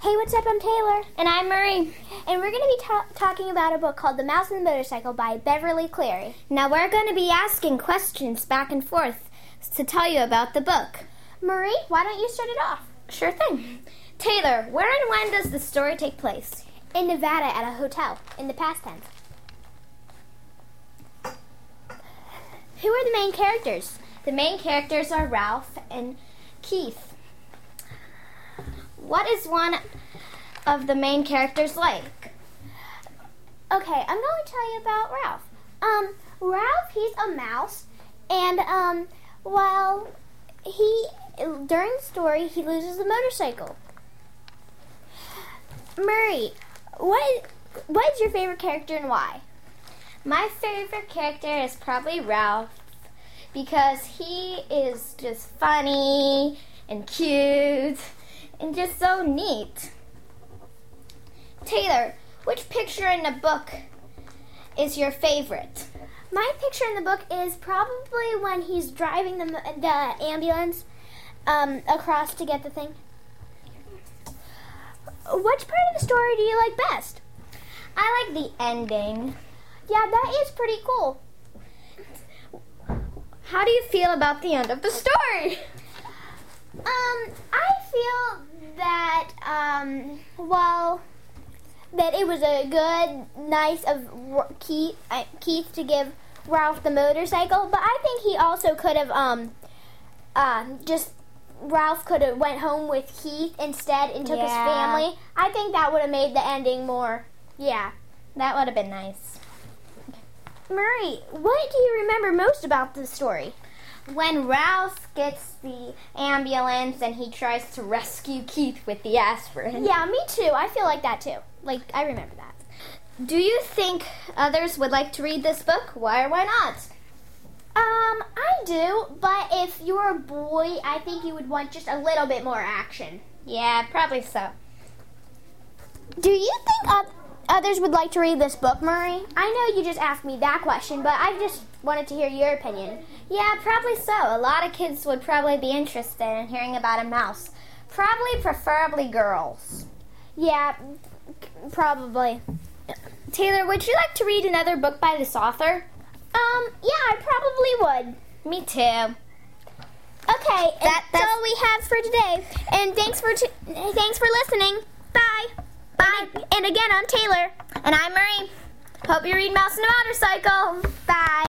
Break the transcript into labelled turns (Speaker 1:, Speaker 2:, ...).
Speaker 1: Hey, what's up? I'm Taylor,
Speaker 2: And I'm Marie.
Speaker 1: and we're going to be ta- talking about a book called The Mouse and the Motorcycle by Beverly Cleary.
Speaker 2: Now we're going to be asking questions back and forth to tell you about the book.
Speaker 1: Marie, why don't you start it off?
Speaker 2: Sure thing. Taylor, where and when does the story take place?
Speaker 1: In Nevada at a hotel, in the past tense. Who are the main characters?
Speaker 2: The main characters are Ralph and Keith. What is one of the main characters like?
Speaker 1: Okay, I'm going to tell you about Ralph. Um, Ralph, he's a mouse, and um, well, he during the story he loses the motorcycle. Murray, what what is your favorite character and why?
Speaker 2: My favorite character is probably Ralph because he is just funny and cute and just so neat. Taylor, which picture in the book is your favorite?
Speaker 1: My picture in the book is probably when he's driving the, m- the ambulance um, across to get the thing. Which part of the story do you like best?
Speaker 2: I like the ending.
Speaker 1: Yeah, that is pretty cool.
Speaker 2: How do you feel about the end of the story?
Speaker 1: Um, I feel that, um, well, that it was a good, nice of R- Keith, uh, Keith to give Ralph the motorcycle, but I think he also could have, um, um, just Ralph could have went home with Keith instead and took his
Speaker 2: Yeah.
Speaker 1: family. I think that would have made the ending more, yeah.
Speaker 2: That would have been nice.
Speaker 1: Murray, what do you remember most about this story?
Speaker 2: When Ralph gets the ambulance and he tries to rescue Keith with the aspirin.
Speaker 1: Yeah, me too. I feel like that too. Like, I remember that.
Speaker 2: Do you think others would like to read this book? Why or why not?
Speaker 1: Um, I do, but if you're a boy, I think you would want just a little bit more action.
Speaker 2: Yeah, probably so.
Speaker 1: Do you think oth- others would like to read this book, Murray? I know you just asked me that question, but I just wanted to hear your opinion.
Speaker 2: Yeah, probably so. A lot of kids would probably be interested in hearing about a mouse. Probably, preferably girls.
Speaker 1: Yeah, probably.
Speaker 2: Taylor, would you like to read another book by this author?
Speaker 1: Um, yeah, I probably would.
Speaker 2: Me too.
Speaker 1: Okay,
Speaker 2: That-
Speaker 1: that's
Speaker 2: that's-
Speaker 1: all we have for today. And thanks for t- thanks for listening. Bye. Bye. And again, I'm Taylor.
Speaker 2: And I'm Marie. Hope you read Mouse and a Motorcycle.
Speaker 1: Bye.